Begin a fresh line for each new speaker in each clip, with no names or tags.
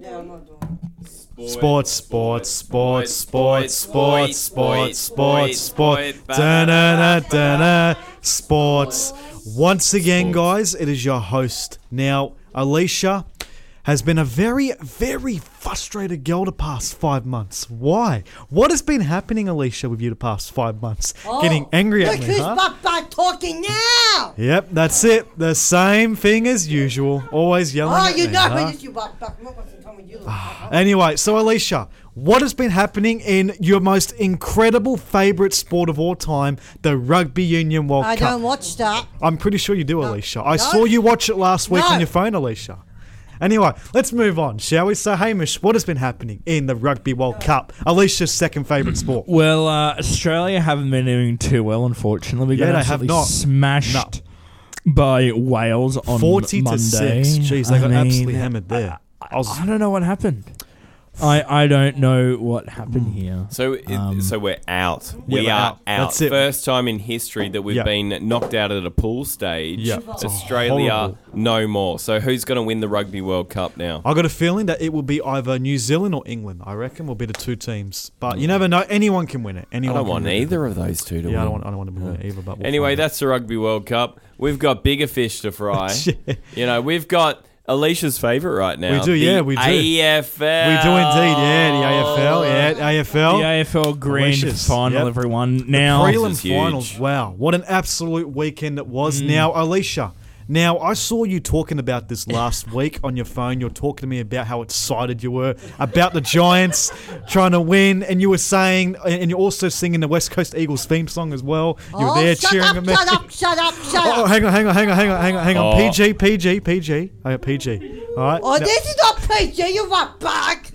Yeah, I'm not doing
Sports, sports, sports, sports, sports, sports, sports, sports, da-na-na, da-na, sports. Once again, guys, it is your host. Now, Alicia has been a very, very frustrated girl the past five months. Why? What has been happening, Alicia, with you the past five months? Getting angry at
Oh, Look
me,
who's
huh?
back, back talking now!
Yep, that's it. The same thing as usual. Always yelling
Oh,
at
you
me,
know
huh? Ah,
when it's you back, back. Not what's the time with you. look back.
Anyway, so Alicia, what has been happening in your most incredible favorite sport of all time, the Rugby Union World
I
Cup?
don't watch that.
I'm pretty sure you do, Alicia. I
No.
saw you watch it last week on
No.
your phone, Alicia. Anyway, let's move on, shall we? So, Hamish, what has been happening in the Rugby World Cup, Alicia's second favorite sport?
Well, uh, Australia haven't been doing too well, unfortunately. We
Yeah,
got
they have
absolutely
not.
smashed by Wales on
Forty
Monday.
to six. Jeez, they
I
got
mean,
absolutely hammered there. I was,
I don't know what happened. I, I don't know what happened
Mm.
here.
So, it, so we're out.
Um,
we
we're
are
out.
out.
That's it.
First time in history that we've
Yeah.
been knocked out at a pool stage.
Yeah. It's horrible.
Australia, no more. So who's going to win the Rugby World Cup now?
I got a feeling that it will be either New Zealand or England. I reckon will be the two teams, but you never know. Anyone can win it.
I
Anyone
don't
can
want
win it.
either of those two to
Hmm. Yeah, I
win.
don't want. I don't want to win it either. But we'll
Anyway,
find out.
that's the Rugby World Cup. We've got bigger fish to fry. You know, we've got Alicia's favourite right now.
We do,
the
yeah, we do.
AFL.
we do indeed.
Oh.
Yeah, the AFL. Yeah, AFL.
The AFL Grand
Oh, Delicious.
Final,
Yep.
everyone. Now,
prelim-
Prelim
This is huge.
finals. Wow, what an absolute weekend it was.
Hmm.
Now, Alicia. Now, I saw you talking about this last week on your phone. You're talking to me about how excited you were about the Giants trying to win, and you were saying, and and you're also singing the West Coast Eagles theme song as well. You were
oh,
there
shut
cheering
up,
at me.
shut up, shut up, shut
Oh,
up.
hang on, hang on, hang on, hang on, hang on, hang on.
Oh.
PG, PG, PG. I got PG. All right.
Oh,
Now-
this is not PG, you right back.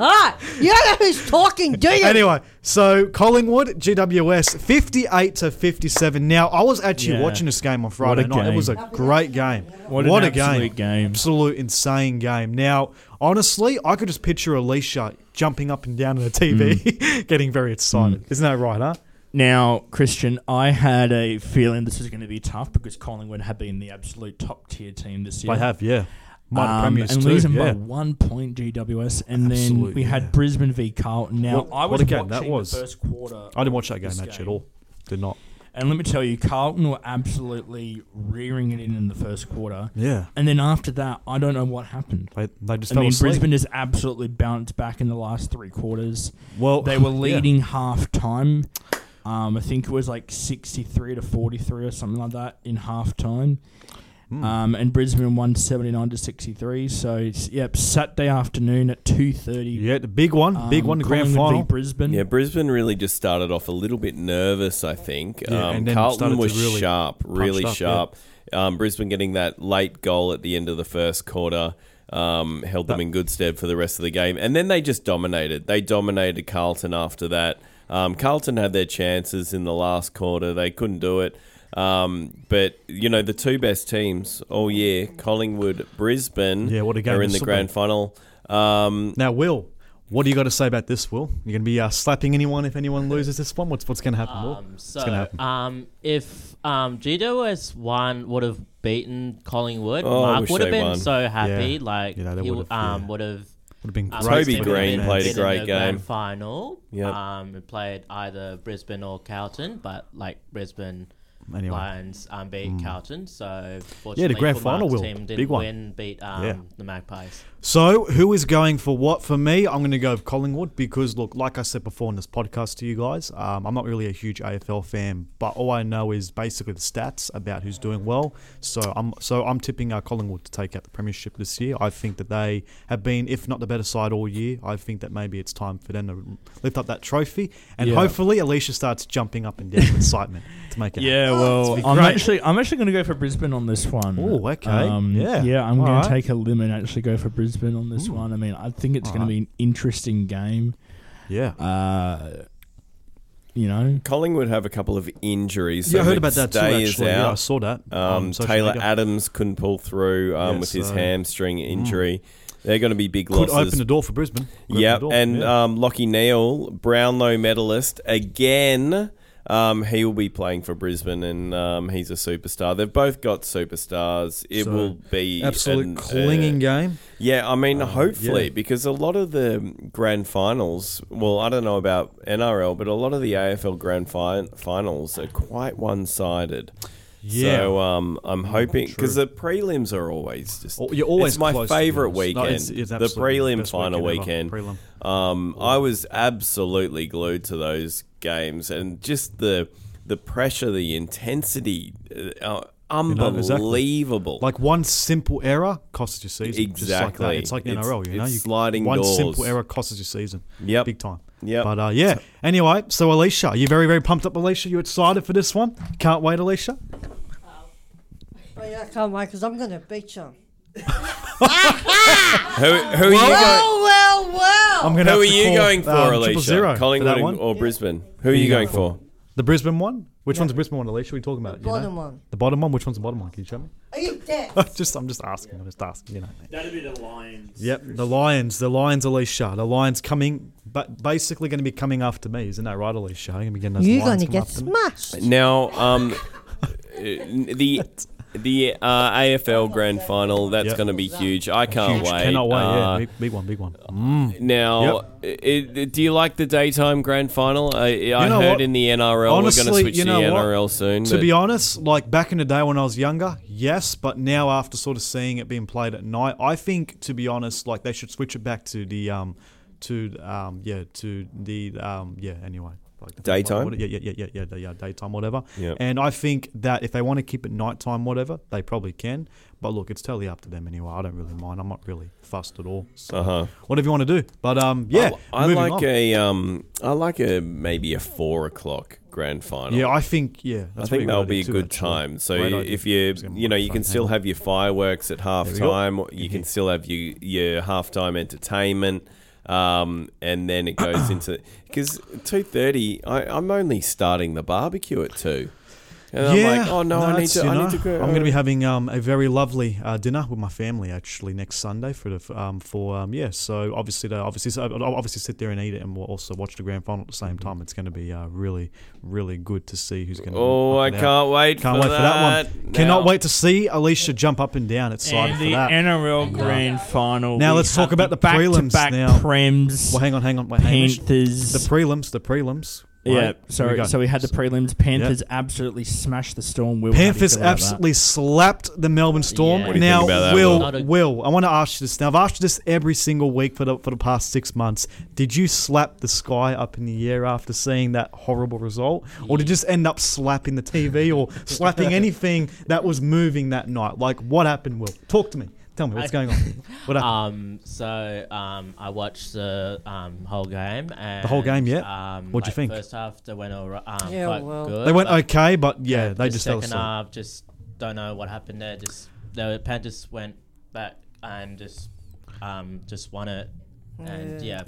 Alright, you don't know who's talking, do you?
Anyway, so Collingwood, GWS, 58 to 57. Now, I was actually
Yeah.
watching this game on Friday
What a
night. It was a
game.
great game.
What an
a
absolute game.
Absolute insane game. Now, honestly, I could just picture Alicia jumping up and down on the TV,
Mm.
getting very excited. Isn't that right, huh?
now, Christian, I had a feeling this was going to be tough because Collingwood have been the absolute top tier team this year.
I have, yeah. Minor
Um,
premiers
and
too,
losing
yeah.
by one point GWS, and
Absolute,
then we had
yeah.
Brisbane v Carlton. Now
What-
I
what
was
a game
watching
that was.
the first quarter,
I didn't watch that game
This
much at
game.
all. Did not.
and let me tell you, Carlton were absolutely rearing it in in the first quarter.
Yeah.
And then after that, I don't know what happened.
They, they just
I
fell
mean,
asleep.
Brisbane has absolutely bounced back in the last three quarters.
well,
They were
Oh, yeah.
leading half time. Um, I think it was like 63 to 43 or something like that in half time.
Hmm.
Um, and Brisbane won 79 to 63. So, it's- yep, Saturday afternoon at 2.30.
Yeah, the big one. big one, the
Um,
grand final.
Brisbane.
Yeah, Brisbane really just started off a little bit nervous, I think.
Yeah,
um,
and then started
Carlton
to
was
really
sharp, really
up, yeah.
sharp. Um, Brisbane getting that late goal at the end of the first quarter um, held them in good stead for the rest of the game. And then they just dominated. They dominated Carlton after that. Um, Carlton had their chances in the last quarter, they couldn't do it. Um, but you know the two best teams all year, Collingwood, Brisbane,
Yeah, what a game
are in
this
the
will be.
grand final. Um,
Now, Will, what do you got to say about this, Will? You're going to be uh, slapping anyone if anyone loses this one? What's what's going to happen, Will?
Um,
what's going to
so,
happen?
um, if um, GWS one would have beaten Collingwood,
Oh, I
Mark
wish
would have
they
been
won.
so happy.
Yeah.
Like
Yeah, they
he
would've,
would um,
yeah.
would have.
Would have been
Um,
great.
Toby
would have
Green
been
played a
in the
great game.
grand Final.
Yep.
Um, it played either Brisbane or Carlton, but like Brisbane
Anyway. Mm.
Lions um, beat Carlton. So fortunately,
grand
for
final,
Mark's
Will.
team didn't
Big one.
win, beat um,
Yeah.
the Magpies.
So, who is going for what? For me, I'm going to go with Collingwood because, look, like I said before in this podcast to you guys, um, I'm not really a huge AFL fan, but all I know is basically the stats about who's doing well. So, I'm so I'm tipping uh, Collingwood to take out the premiership this year. I think that they have been, if not the better side all year, I think that maybe it's time for them to lift up that trophy, and
Yeah.
hopefully, Alicia starts jumping up and down with excitement to make it. happen.
Yeah, well, I'm
great.
actually I'm actually going to go for Brisbane on this one.
Ooh, okay.
Um,
Yeah.
yeah, I'm
All
going
right.
to take a limb and actually go for Brisbane on this one. I mean, I think it's
All
going
right.
to be an interesting game.
yeah.
Uh, you know,
Collingwood have a couple of injuries.
yeah, I
so
heard about that too.
McStay
Actually,
is
yeah, I
out.
saw that.
Um,
on social
Taylor
media.
Adams couldn't pull through um,
Yeah,
with his
so- hmm.
hamstring injury. They're going to be big
could
losses.
open the door for Brisbane. Could open
Yep,
the
um,
door,
and
yeah.
Um, Lockie Neal, Brownlow medalist again. Um, he will be playing for Brisbane, and um, he's a superstar. They've both got superstars. It
So,
will be
Absolute
an- uh,
clinging game.
yeah, I mean, hopefully,
Um, yeah.
because a lot of the grand finals, well, I don't know about NRL, but a lot of the AFL grand fi- finals are quite one sided.
Yeah.
So um, I'm hoping because the prelims are always just
Oh, you're always
it's my
close to the
favorite
finals. No,
weekend.
it's- it's
the
absolutely the
prelim
best
final
weekend
weekend.
ever,
Um, I was absolutely glued to those games and just the the pressure, the intensity, uh, uh,
know, exactly.
unbelievable.
Like one simple error costs your season. Just like that.
Exactly.
It's like
It's-
NRL, you know?
it's
You-
sliding
One
doors.
simple error costs your season.
Yep.
Big time.
Yep.
But uh, yeah. Anyway, so Alicia, you very, very pumped up, Alicia. You excited for this one? Can't wait, Alicia.
Oh, yeah, I can't wait because I'm going to beat you.
who who are you going?
Well, well, well.
I'm gonna have
Who are
to
you
call,
going for,
um, triple zero
Alicia?
for
Collingwood
that
or-
one.
or Brisbane? Who are you going for?
The Brisbane one? Which one's the Brisbane one, Alicia? What are we talking
The
about? you know?
bottom one.
The bottom one? Which one's the bottom one? Can you show me?
Are you deaf?
just I'm just asking. I'm just asking, you know.
That'd be the Lions.
Yep, the Lions, the Lions, Alicia, the Lions coming, but basically going to be coming after me, isn't that right, Alicia? I'm going to be getting those
You're going
Lions
to
coming
get
after me.
smashed.
Now, um, the the uh, AFL Grand Final that's
Yep.
going to be huge. I can't
Huge,
wait.
Cannot wait. yeah,
Uh,
big, big one, big one.
Now, i- i- do you like the daytime Grand Final? I, I
know
heard
what?
in the NRL we're going
Honestly,
to switch
you know
to the
what?
NRL soon.
To
but-
be honest, like back in the day when I was younger, yes, but now after sort of seeing it being played at night, I think to be honest, like they should switch it back to the um to um yeah to the um yeah anyway. Like, I think,
Daytime?
Like, what- yeah, yeah, yeah, yeah, yeah, the, yeah, daytime, whatever.
Yep.
And I think that if they want to keep it nighttime, whatever, they probably can. But look, it's totally up to them anyway. I don't really mind. I'm not really fussed at all. So
Uh-huh.
whatever you want to do. But um, yeah,
I, I
moving
like
on.
a um, I like a maybe a four o'clock Grand Final.
Yeah, I think yeah.
I
that's a
think
really
that'll be a
idea too,
good
actually.
time. So
Great
you-
idea.
if you
It's gonna be
you know
my
you can
phone.
still have your fireworks at half
we go. Mm-hmm.
time. You can still have your your half time entertainment, um, and then it goes into because two thirty. I'm only starting the barbecue at two. And I'm like, oh no, I need
that's,
to.
you
I
know,
need to go.
I'm going to be having um, a very lovely uh, dinner with my family actually next Sunday for the f- um, for um, yeah. So obviously, to, obviously, so I'll obviously sit there and eat it, and we'll also watch the grand final at the same
Mm-hmm.
time. It's going to be uh, really, really good to see who's going to.
Oh, I can't wait.
Can't
for
wait for that
that
one.
now.
Cannot wait to see Alicia jump up and down. Excited
And
for
the
that.
NRL Grand Final.
Now
we
let's talk
have
about the prelims
back-to-back
now.
Prems.
well, hang on, hang on, wait, Hamish.
Panthers.
The prelims, the prelims. Right,
yeah,
here we
sorry.
go.
So we had the prelims. Panthers absolutely smashed the Storm. We were happy
Panthers
to let that.
absolutely slapped the Melbourne Storm.
Yeah. What
do you
now,
think about that,
Will,
Will?
Will, I want to ask you this. Now, I've asked you this every single week for the, for the past six months. Did you slap the sky up in the air after seeing that horrible result, or did you just end up slapping the TV or slapping anything that was moving that night? Like, what happened, Will? Talk to me. Tell me what's
I-
going on. What happened?
Um, so um, I watched the um, whole game. And,
whole game, yeah?
Um,
What'd you
like,
think?
First half they went all right. Um,
Yeah,
quite
well.
good.
they went
but
okay, but yeah, they
the
just fell
second uh,
asleep.
half. Just don't know what happened there. Just the Panthers went back and just um, just won it. And yeah,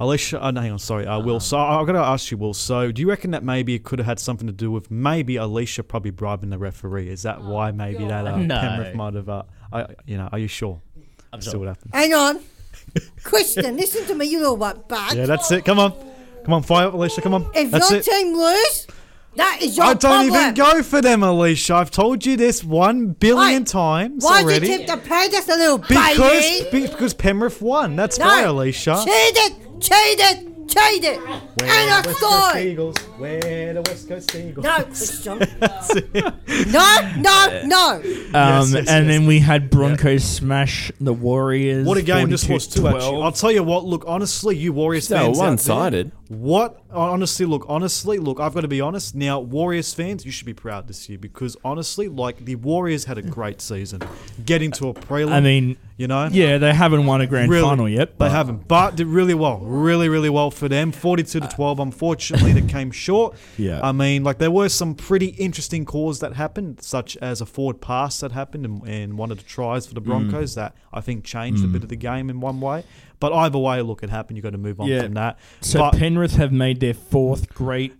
Alicia, oh, no, hang on, sorry, uh, Will. So I- I've got to ask you, Will. So do you reckon that maybe it could have had something to do with maybe Alicia probably bribing the referee? Is that
Oh,
why maybe that uh,
No.
Penrith might have? Uh, I, you know, are you sure?
I'm
See
sure.
what happens.
Hang on. Christian, listen to me, you little what bug.
Yeah, that's it. Come on, come on, fire up, Alicia. Come on.
if
that's
your
it.
team lose, that is your
I don't
problem.
even go for them, Alicia. I've told you this one billion
Why-
times
Why
already.
did you tip the Panthers a little eh?
because
baby?
be- because Penrith won. That's why, Alicia.
Cheated, cheated, cheated. And a story.
Eagles. Where the West Coast Eagles?
No, Christian. no, no, no.
Um,
Yes, yes,
and
yes.
then we had Broncos smash the Warriors.
What a game this was too. Actually,
42-12.
I'll tell you what. Look, honestly, you Warriors
No,
fans, out there,
one-sided.
What? Honestly, look. Honestly, look. I've got to be honest. Now, Warriors fans, you should be proud this year because honestly, like the Warriors had a great season, getting to a prelim.
I mean,
you know,
yeah, they haven't won a grand
really,
final yet.
They
But
haven't, but did really well, really, really well for them. Forty-two to twelve. Unfortunately, they came short.
Yeah.
I mean, like there were some pretty interesting calls that happened, such as a forward pass that happened and, and one of the tries
Mm.
for the Broncos that I think changed a bit of the game in one way. But either way, look, it happened. You got to move on
Yeah.
from that.
so
but,
Penrith have made their fourth great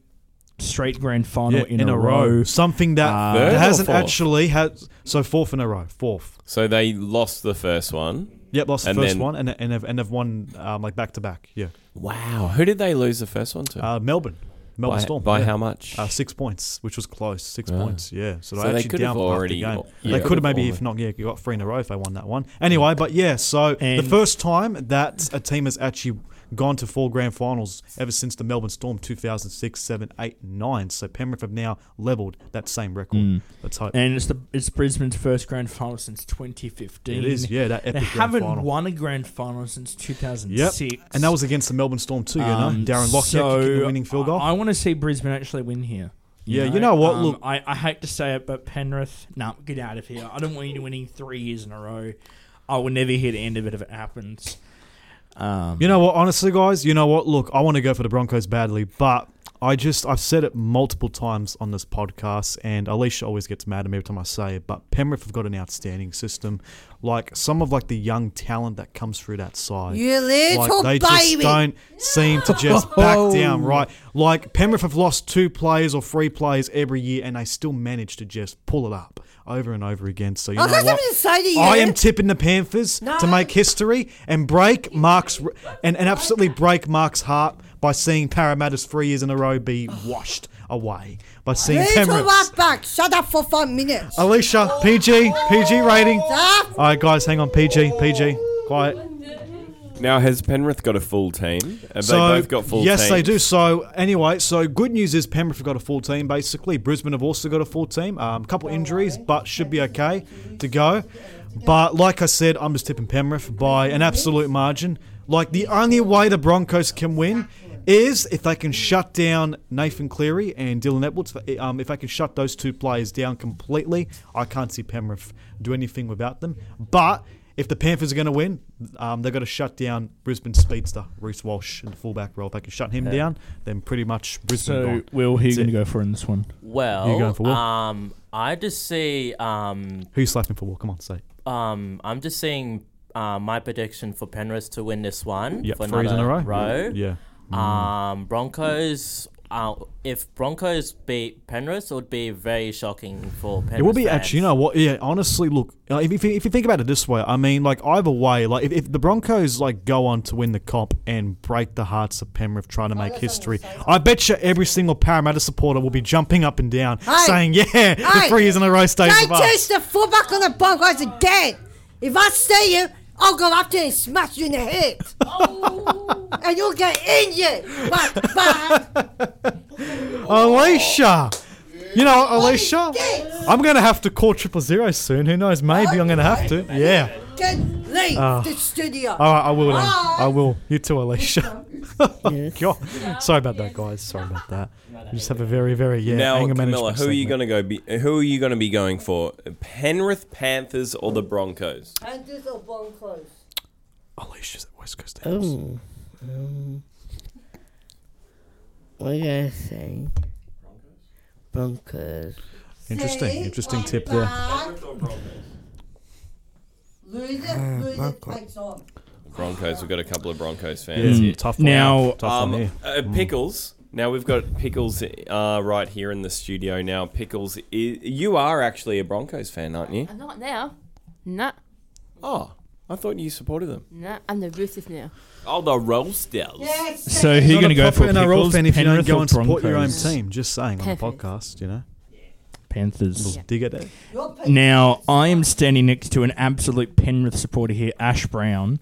straight grand final
yeah,
in, a, row. Uh,
something that
Third or
hasn't
fourth?
actually had. So fourth in a row, fourth.
So they lost the first one.
Yep, lost the
And
first
then-
one and and have, and have won um, like back to back. Yeah,
Wow. Who did they lose the first one to?
uh, Melbourne. Melbourne
by,
Storm
by
yeah.
how much?
Uh, six points, which was close. Six
Ah.
points, yeah. So, they
So they
actually
could
down
have
by half
already-
the game.
yeah,
they
could
could have
have
maybe, if not, yeah, you got three in a row if they won that one. Anyway, but yeah, so
And-
the first time that a team has actually gone to four grand finals ever since the Melbourne Storm 2006, 7, 8, 9. So Penrith have now leveled that same record. Let's hope.
and it's the it's Brisbane's first grand final since 2015.
it is, yeah, that
They
epic grand
haven't
final.
won a grand final since
Yep,
2006.
and that was against the Melbourne Storm too. You
Um,
know, Darren Lockyer
so
kicking the winning field goal.
I, want to see Brisbane actually win here.
Yeah, you know what,
Um,
look-
I, I hate to say it, but Penrith, nah, get out of here. I don't want you to winning three years in a row. I will never hear the end of it if it happens. Um,
You know what? Honestly, guys, you know what? Look, I want to go for the Broncos badly, but I just I've said it multiple times on this podcast, and Alicia always gets mad at me every time I say it. But Penrith have got an outstanding system, like some of like the young talent that comes through that side.
You little
Like, they
baby.
just don't seem to just back down, right? Like Penrith have lost two plays or three plays every year, and they still manage to just pull it up over and over again. So you
I've
know
got
what?
something to say to you.
I am tipping the Panthers to make history and break Mark's and, and absolutely break Mark's heart by seeing Parramatta's three years in a row be washed away by seeing
Little
Penrith.
right back. Shut up for five minutes.
Oh, Alicia, PG, PG rating. All
Stop.
right, guys, hang on. PG, PG, quiet.
Now, has Penrith got a full team? Have they both got full
yes, they
teams?
do. So anyway, so good news is Penrith have got a full team. Basically, Brisbane have also got a full team. A um, couple injuries, but should be okay to go. But like I said, I'm just tipping Penrith by an absolute margin. Like the only way the Broncos can win is if they can shut down Nathan Cleary and Dylan Edwards. Um, if they can shut those two players down completely, I can't see Penrith do anything without them. But if the Panthers are going to win, um, they've got to shut down Brisbane speedster Reese Walsh in the fullback role. If they can shut him down, then pretty much Brisbane.
so,
gone.
Will, who are you
That's
going
it.
to go for in this one?
Well,
You going for Will?
um, I just see um,
Who's slapping for Wall? Come on, say. it.
um, I'm just seeing uh, my prediction for Penrith to win this one
Yep,
for
threes in a
another
row.
row.
Yeah.
Um, Broncos. Uh, if Broncos beat Penrith, it would be very shocking for Penrith.
It will be
fans.
actually, you know what? Yeah, honestly, look, uh, if, if, you- if you think about it this way, I mean, like either way, like if, if the Broncos like go on to win the comp and break the hearts of Penrith trying to
Oh,
make history, I bet you every single Parramatta supporter will be jumping up and down
Hey!
saying, "Yeah, the
Hey!
three years in a row stays
Don't
with us."
touch the fullback on the Broncos again. If I see you, I'll go up there and smash you in the head. and you'll get injured. But, but,
Alicia. You know, Alicia,
this?
I'm gonna have to call triple zero soon. Who knows? Maybe I'm gonna have to. Yeah.
can leave
Ah.
the studio.
All right, I will. Then.
Bye.
I will. You too, Alicia. God. Sorry about that, guys. Sorry about that. We just have a very, very yeah.
Now,
anger
Camilla,
management
who are you
segment.
going to go? Be, who are you going to be going for? Penrith Panthers or the Broncos?
Panthers or Broncos?
Alicia's at West Coast.
Oh.
Eagles.
Um, What are you gonna say? Bunkers.
Interesting.
See?
Interesting
Right
tip there.
back. Loser, loser takes on.
Broncos. We've got a couple of Broncos fans here.
Hmm. Tough one
Now,
out. tough one Mm.
Um,
here.
uh, pickles. Now we've got pickles uh, right here in the studio. Now, pickles, i you are actually a Broncos fan, aren't you?
I'm not now. Nah,
Oh, I thought you supported them.
nah. I'm the Roosters now.
Oh, the Rollsdales.
Yes.
So, who are you
Not
going
a
to go
proper
for?
NRL
Pickles,
fan if you don't
Penrith
go
or
and support your own
Broncos?
team. Just saying on the
Perfect.
podcast, you know.
Panthers.
Little dig at it.
Your people-
Now, I am standing next to an absolute Penrith supporter here, Ash Brown.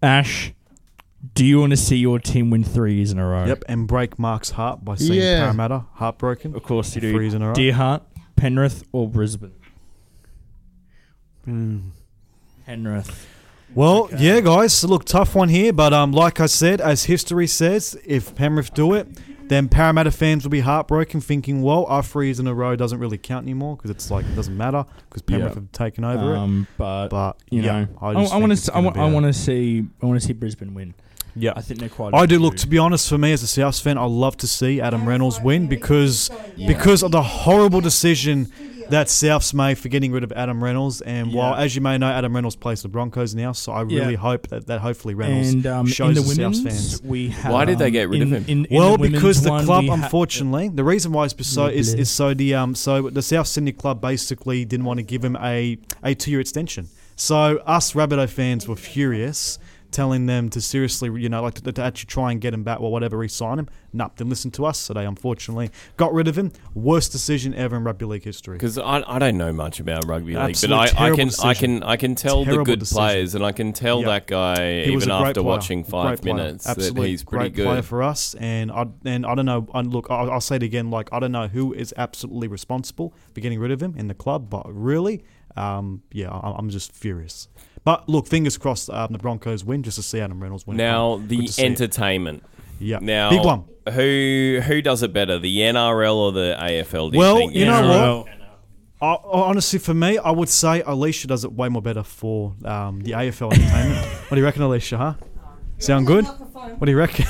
Ash, do you want to see your team win three years in a row?
Yep, and break Mark's heart by seeing
Yeah.
Parramatta heartbroken.
Of course you do.
Three years in a row.
Dear Heart, Penrith or Brisbane?
Hmm.
Penrith.
Well, yeah, guys, look, tough one here, but um, like I said, as history says, if Penrith do it, then Parramatta fans will be heartbroken, thinking, "Well, our three years in a row doesn't really count anymore because it's like it doesn't matter because Penrith
Yeah.
have taken over it."
Um, but,
But
you
yeah,
know, I,
just
I,
think
want
it's
to. I,
gonna
wa-
be
I
a-
want to see. I want to see Brisbane win.
Yeah,
I think they're quite.
I do
due.
look to be honest. For me as a South fan, I love to see Adam Reynolds win because because of the horrible decision that Souths made for getting rid of Adam Reynolds. And while,
Yeah.
as you may know, Adam Reynolds plays the Broncos now, so I really
Yeah.
hope that, that hopefully Reynolds
and um,
shows
in the
the, Souths
women's,
fans.
we have.
Why did they
um,
get rid of
in-
him?
in- in
Well,
women's
because the
one,
club,
we ha-
unfortunately, the reason why it's so is,
Lovely.
is so the um so the South Sydney club basically didn't want to give him a a two year extension. So us Rabbitoh fans were furious telling them to seriously, you know, like to, to actually try and get him back or whatever, re-sign him. Nah, didn't listen to us, so they unfortunately got rid of him. Worst decision ever in rugby league history.
Because I, I don't know much about rugby league,
Absolute
but I, I
terrible
can I
decision.
can I can tell the
Terrible
good
decision.
players, and I can tell
Yeah.
that guy
He was
even
a great
after
player.
watching
Great
five
player.
minutes that
Absolutely
he's pretty
great
good.
player for us. And I and I don't know. I, look, I, I'll say it again. Like I don't know who is absolutely responsible for getting rid of him in the club, but really, um, yeah, I, I'm just furious. But look, fingers crossed. Um, the Broncos win just to see Adam Reynolds win.
Now
Good
the
to see it.
entertainment.
yeah,
Now
big one.
Who who does it better, the NRL or the AFL? Do
Well,
you, think?
you know
NRL.
what? I, I- honestly, for me, I would say Alicia does it way more better for um, the AFL entertainment. what do you reckon, Alicia? Huh? Sound good? What do you reckon?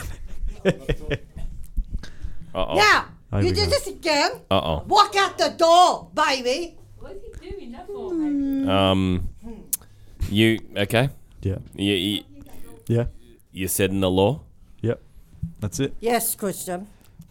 Uh-oh.
Now,
There
you
we
do
go.
this again.
Uh-oh.
Walk out the door, baby.
Um, you okay?
yeah,
You, you
yeah,
you said in the law.
yep. That's it.
Yes, Christian.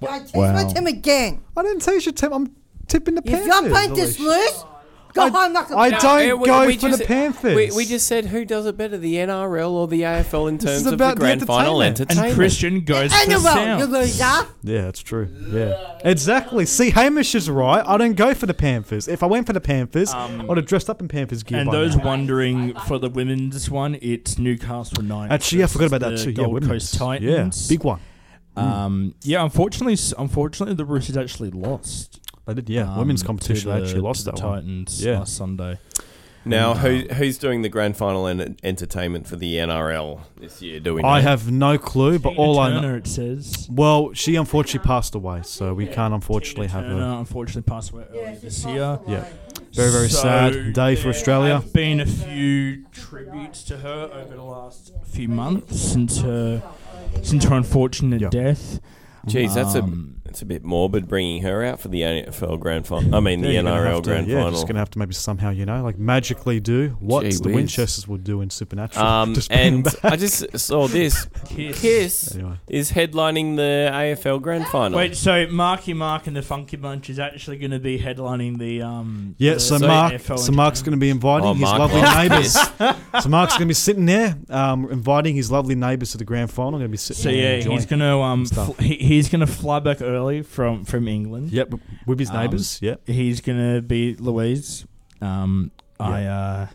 I teach
Wow.
him again.
I didn't say you should tip. I'm tipping the
If
Panthers.
your paint is loose, go
I-
home like a
I don't
Yeah, eh, we-
go
we
for
just-
the Panthers.
We, we just said who does it better, the NRL or the AFL in
is
terms of the
about the
grand final
entertainment.
entertainment.
And Christian goes for
Anyway, you
sound.
loser.
yeah, that's true. Yeah, exactly. See, Hamish is right. I don't go for the Panthers. If I went for the Panthers, I'd have dressed up in Panthers gear.
Um, And
by
those
now.
wondering for the women's one, it's Newcastle Knights.
Actually, I forgot about that
versus
too.
the
yeah,
Gold
women's.
Coast Titans.
Yeah, big one.
Um, yeah, unfortunately, unfortunately, the Roosters actually lost.
They did. Yeah,
um,
women's
to
competition.
the-
they actually
to
lost
the
that one.
Titans
Yeah.
last Sunday.
Now, who who's doing the grand final en- entertainment for the NRL this year? Do we? Know?
I have no clue, but all I know.
Turner, it says.
Well, she unfortunately passed away, so we can't unfortunately have her.
Turner unfortunately passed away earlier this year.
Yeah, very very
So
sad day for
there
Australia.
have been a few tributes to her over the last few months since her since her unfortunate
Yeah.
death.
Jeez, that's
Um,
a that's a bit morbid bringing her out for the AFL grand final. I mean, the
Yeah, you're gonna have
NRL
to-
grand
yeah,
final.
just gonna have to maybe somehow, you know, like magically do what
Gee
the
whiz.
Winchesters would do in Supernatural.
Um,
Just bring
and
them back.
I just saw this. Kiss,
Anyway.
is headlining the AFL grand final.
Wait, so Marky Mark and the Funky Bunch is actually going to be headlining the um.
yeah,
the
so
So-
Mark,
AFL
so Mark's gonna be inviting
Oh,
his
Mark
lovely
loves
neighbours. so Mark's gonna be sitting there, um, inviting his lovely neighbours to the grand final. Gonna be sitting.
So
there
yeah,
enjoying.
he's gonna um
stuff.
fl- he, he's gonna fly back early from from England.
Yep, with his
Um,
neighbours. Yep.
He's gonna be Louise. Um, I uh,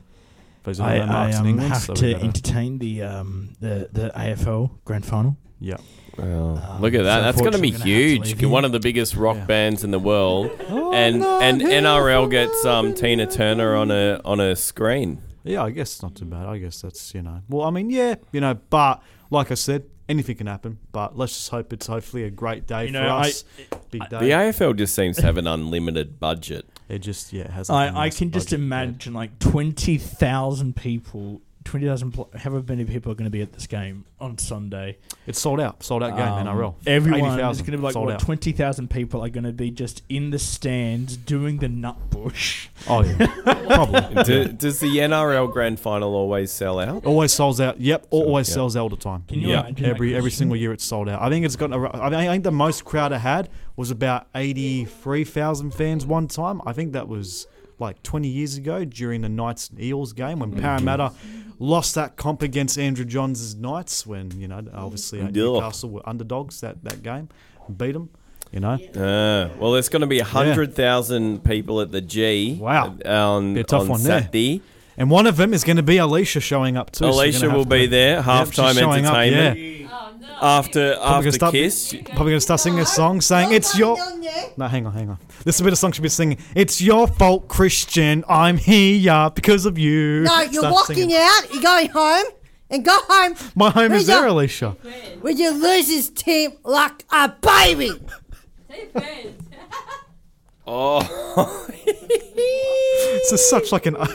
Those are the
I, I
landmarks in
um,
England,
have
so we
to
gotta-
entertain the um the the AFL grand final.
yeah.
Well, look at that.
so
That's going to be
unfortunately we're gonna have to
huge.
leave you.
One of the biggest rock bands in the world,
Oh,
and and NRL gets um, Tina Turner on a on a screen.
Yeah, I guess it's not too bad. I guess that's you know. Well, I mean, yeah, you know, but like I said, anything can happen. But let's just hope it's hopefully a great day for
You know, I-
us. Big day.
The AFL just seems to have an unlimited budget.
it just yeah it has.
I, I can just imagine like twenty thousand people. Twenty thousand, pl- however many people are going to be at this game on Sunday.
It's sold out. Sold out game
Um,
NRL.
Everyone is
80,000
going to be like
sold
what
out.
twenty thousand people are going to be just in the stands doing the nut bush.
Oh yeah, probably.
Do, does the NRL grand final always sell out?
Always sells out. Yep, always
yeah.
sells out all the time.
Can you
Yeah.
imagine that,
every every
Christian?
single year it's sold out. I think it's got. ar- I mean, I think the most crowd it had was about eighty three thousand fans one time. I think that was like twenty years ago during the Knights and Eels game when Parramatta lost that comp against Andrew Johns' Knights when you know obviously uh,
Yeah.
Newcastle were underdogs that that game, beat them. You know,
Uh, well, there's going to be 100,000 people at the G. uh,
Wow.
On,
Be a tough
on
one there.
Saturday.
and one of them is going to be Alicia showing up too. so we're gonna
Alicia
have
will
to-
be there,
Yep, she's
halftime
showing up,
entertainment.
yeah.
After
Probably
after
gonna
Kiss.
start, probably gonna start singing a song saying it's your. No, hang on, hang on. This is where the song should be singing. It's your fault, Christian. I'm here because of you.
No, you're
Start
walking
singing.
out, you're going home, and go home
My home is
Wait,
there,
yeah.
Alicia.
with your losers team like a baby.
Oh.
This is such like an
like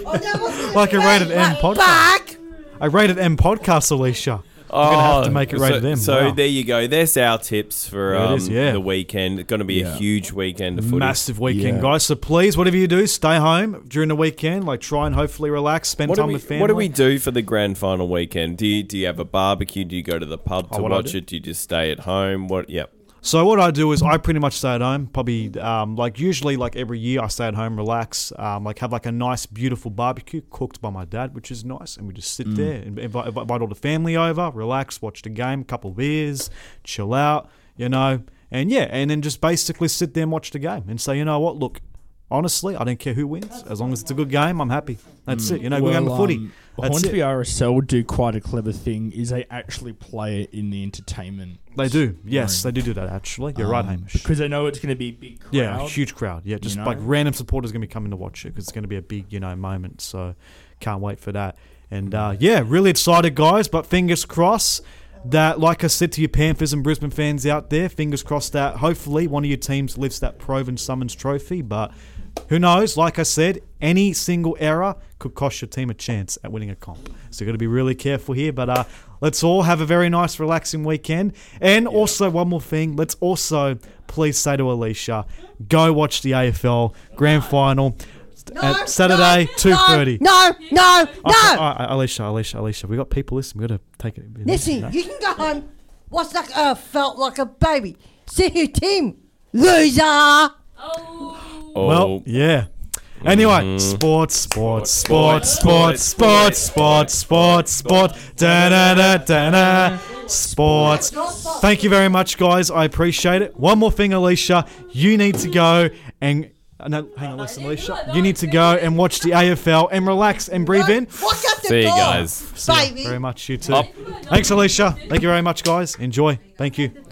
like a rated M podcast.
Back.
A rated M podcast, Alicia. We're gonna have to make it rated
Oh, so,
M.
So
wow.
there you go. There's our tips for
There it
um,
is, yeah.
the weekend. It's going to be a huge weekend of footy.
Massive weekend,
Yeah.
guys. So please, whatever you do, stay home during the weekend. Like, try and hopefully relax, spend
What do,
time
we,
with family.
what do we do for the grand final weekend? Do you, do you have a barbecue? Do you go to the pub to
Oh, what I
watch
do?
it? Do you just stay at home? What? Yep.
So what I do is I pretty much stay at home. Probably um, like usually like every year I stay at home, relax, um, like have like a nice beautiful barbecue cooked by my dad, which is nice, and we just
Mm.
sit there and invite, invite all the family over, relax, watch the game, couple beers, chill out, you know, and yeah, and then just basically sit there and watch the game and say, you know what, look, honestly, I don't care who wins, as long as it's a good game, I'm happy. That's it, you know, good game of footy.
Mm. um,
That's
Hornsby
it.
RSL do quite a clever thing is they actually play it in the entertainment.
They do, yes, they do do that actually. You're right, Hamish.
Because they know it's going to be a big crowd.
Yeah, a huge crowd. Yeah, just
know?
like random supporters going to be coming to watch it because it's going to be a big, you know, moment. So can't wait for that. And uh,
Mm-hmm.
yeah, really excited, guys. But fingers crossed that, like I said to you, Panthers and Brisbane fans out there, fingers crossed that hopefully one of your teams lifts that Proven Summons trophy. But who knows? Like I said, any single error could cost your team a chance at winning a comp. So you got to be really careful here. But uh, let's all have a very nice, relaxing weekend. And also, one more thing. Let's also please say to Alicia, go watch the AFL grand final at Saturday
no,
two thirty.
No, no, no.
Alicia, Alicia, Alicia. We got people listening. We got to take it.
Listen, you can go home. What's that? Uh, felt like a baby. See you, team. Loser.
Oh,
Well, yeah. Anyway, sports, sports, Mm-hmm. sports, sports, sports, sports, sports, sports, da da da da da, sports. Thank you very much, guys. I appreciate it. One more thing, Alicia, you need to go and uh, no, hang on, listen, Alicia, you need to go and watch the AFL and relax and breathe in.
Look at the
see you
goal,
guys.
See you
Baby.
very much, you too.
Up.
Thanks, Alicia. Thank you very much, guys. Enjoy. Thank you.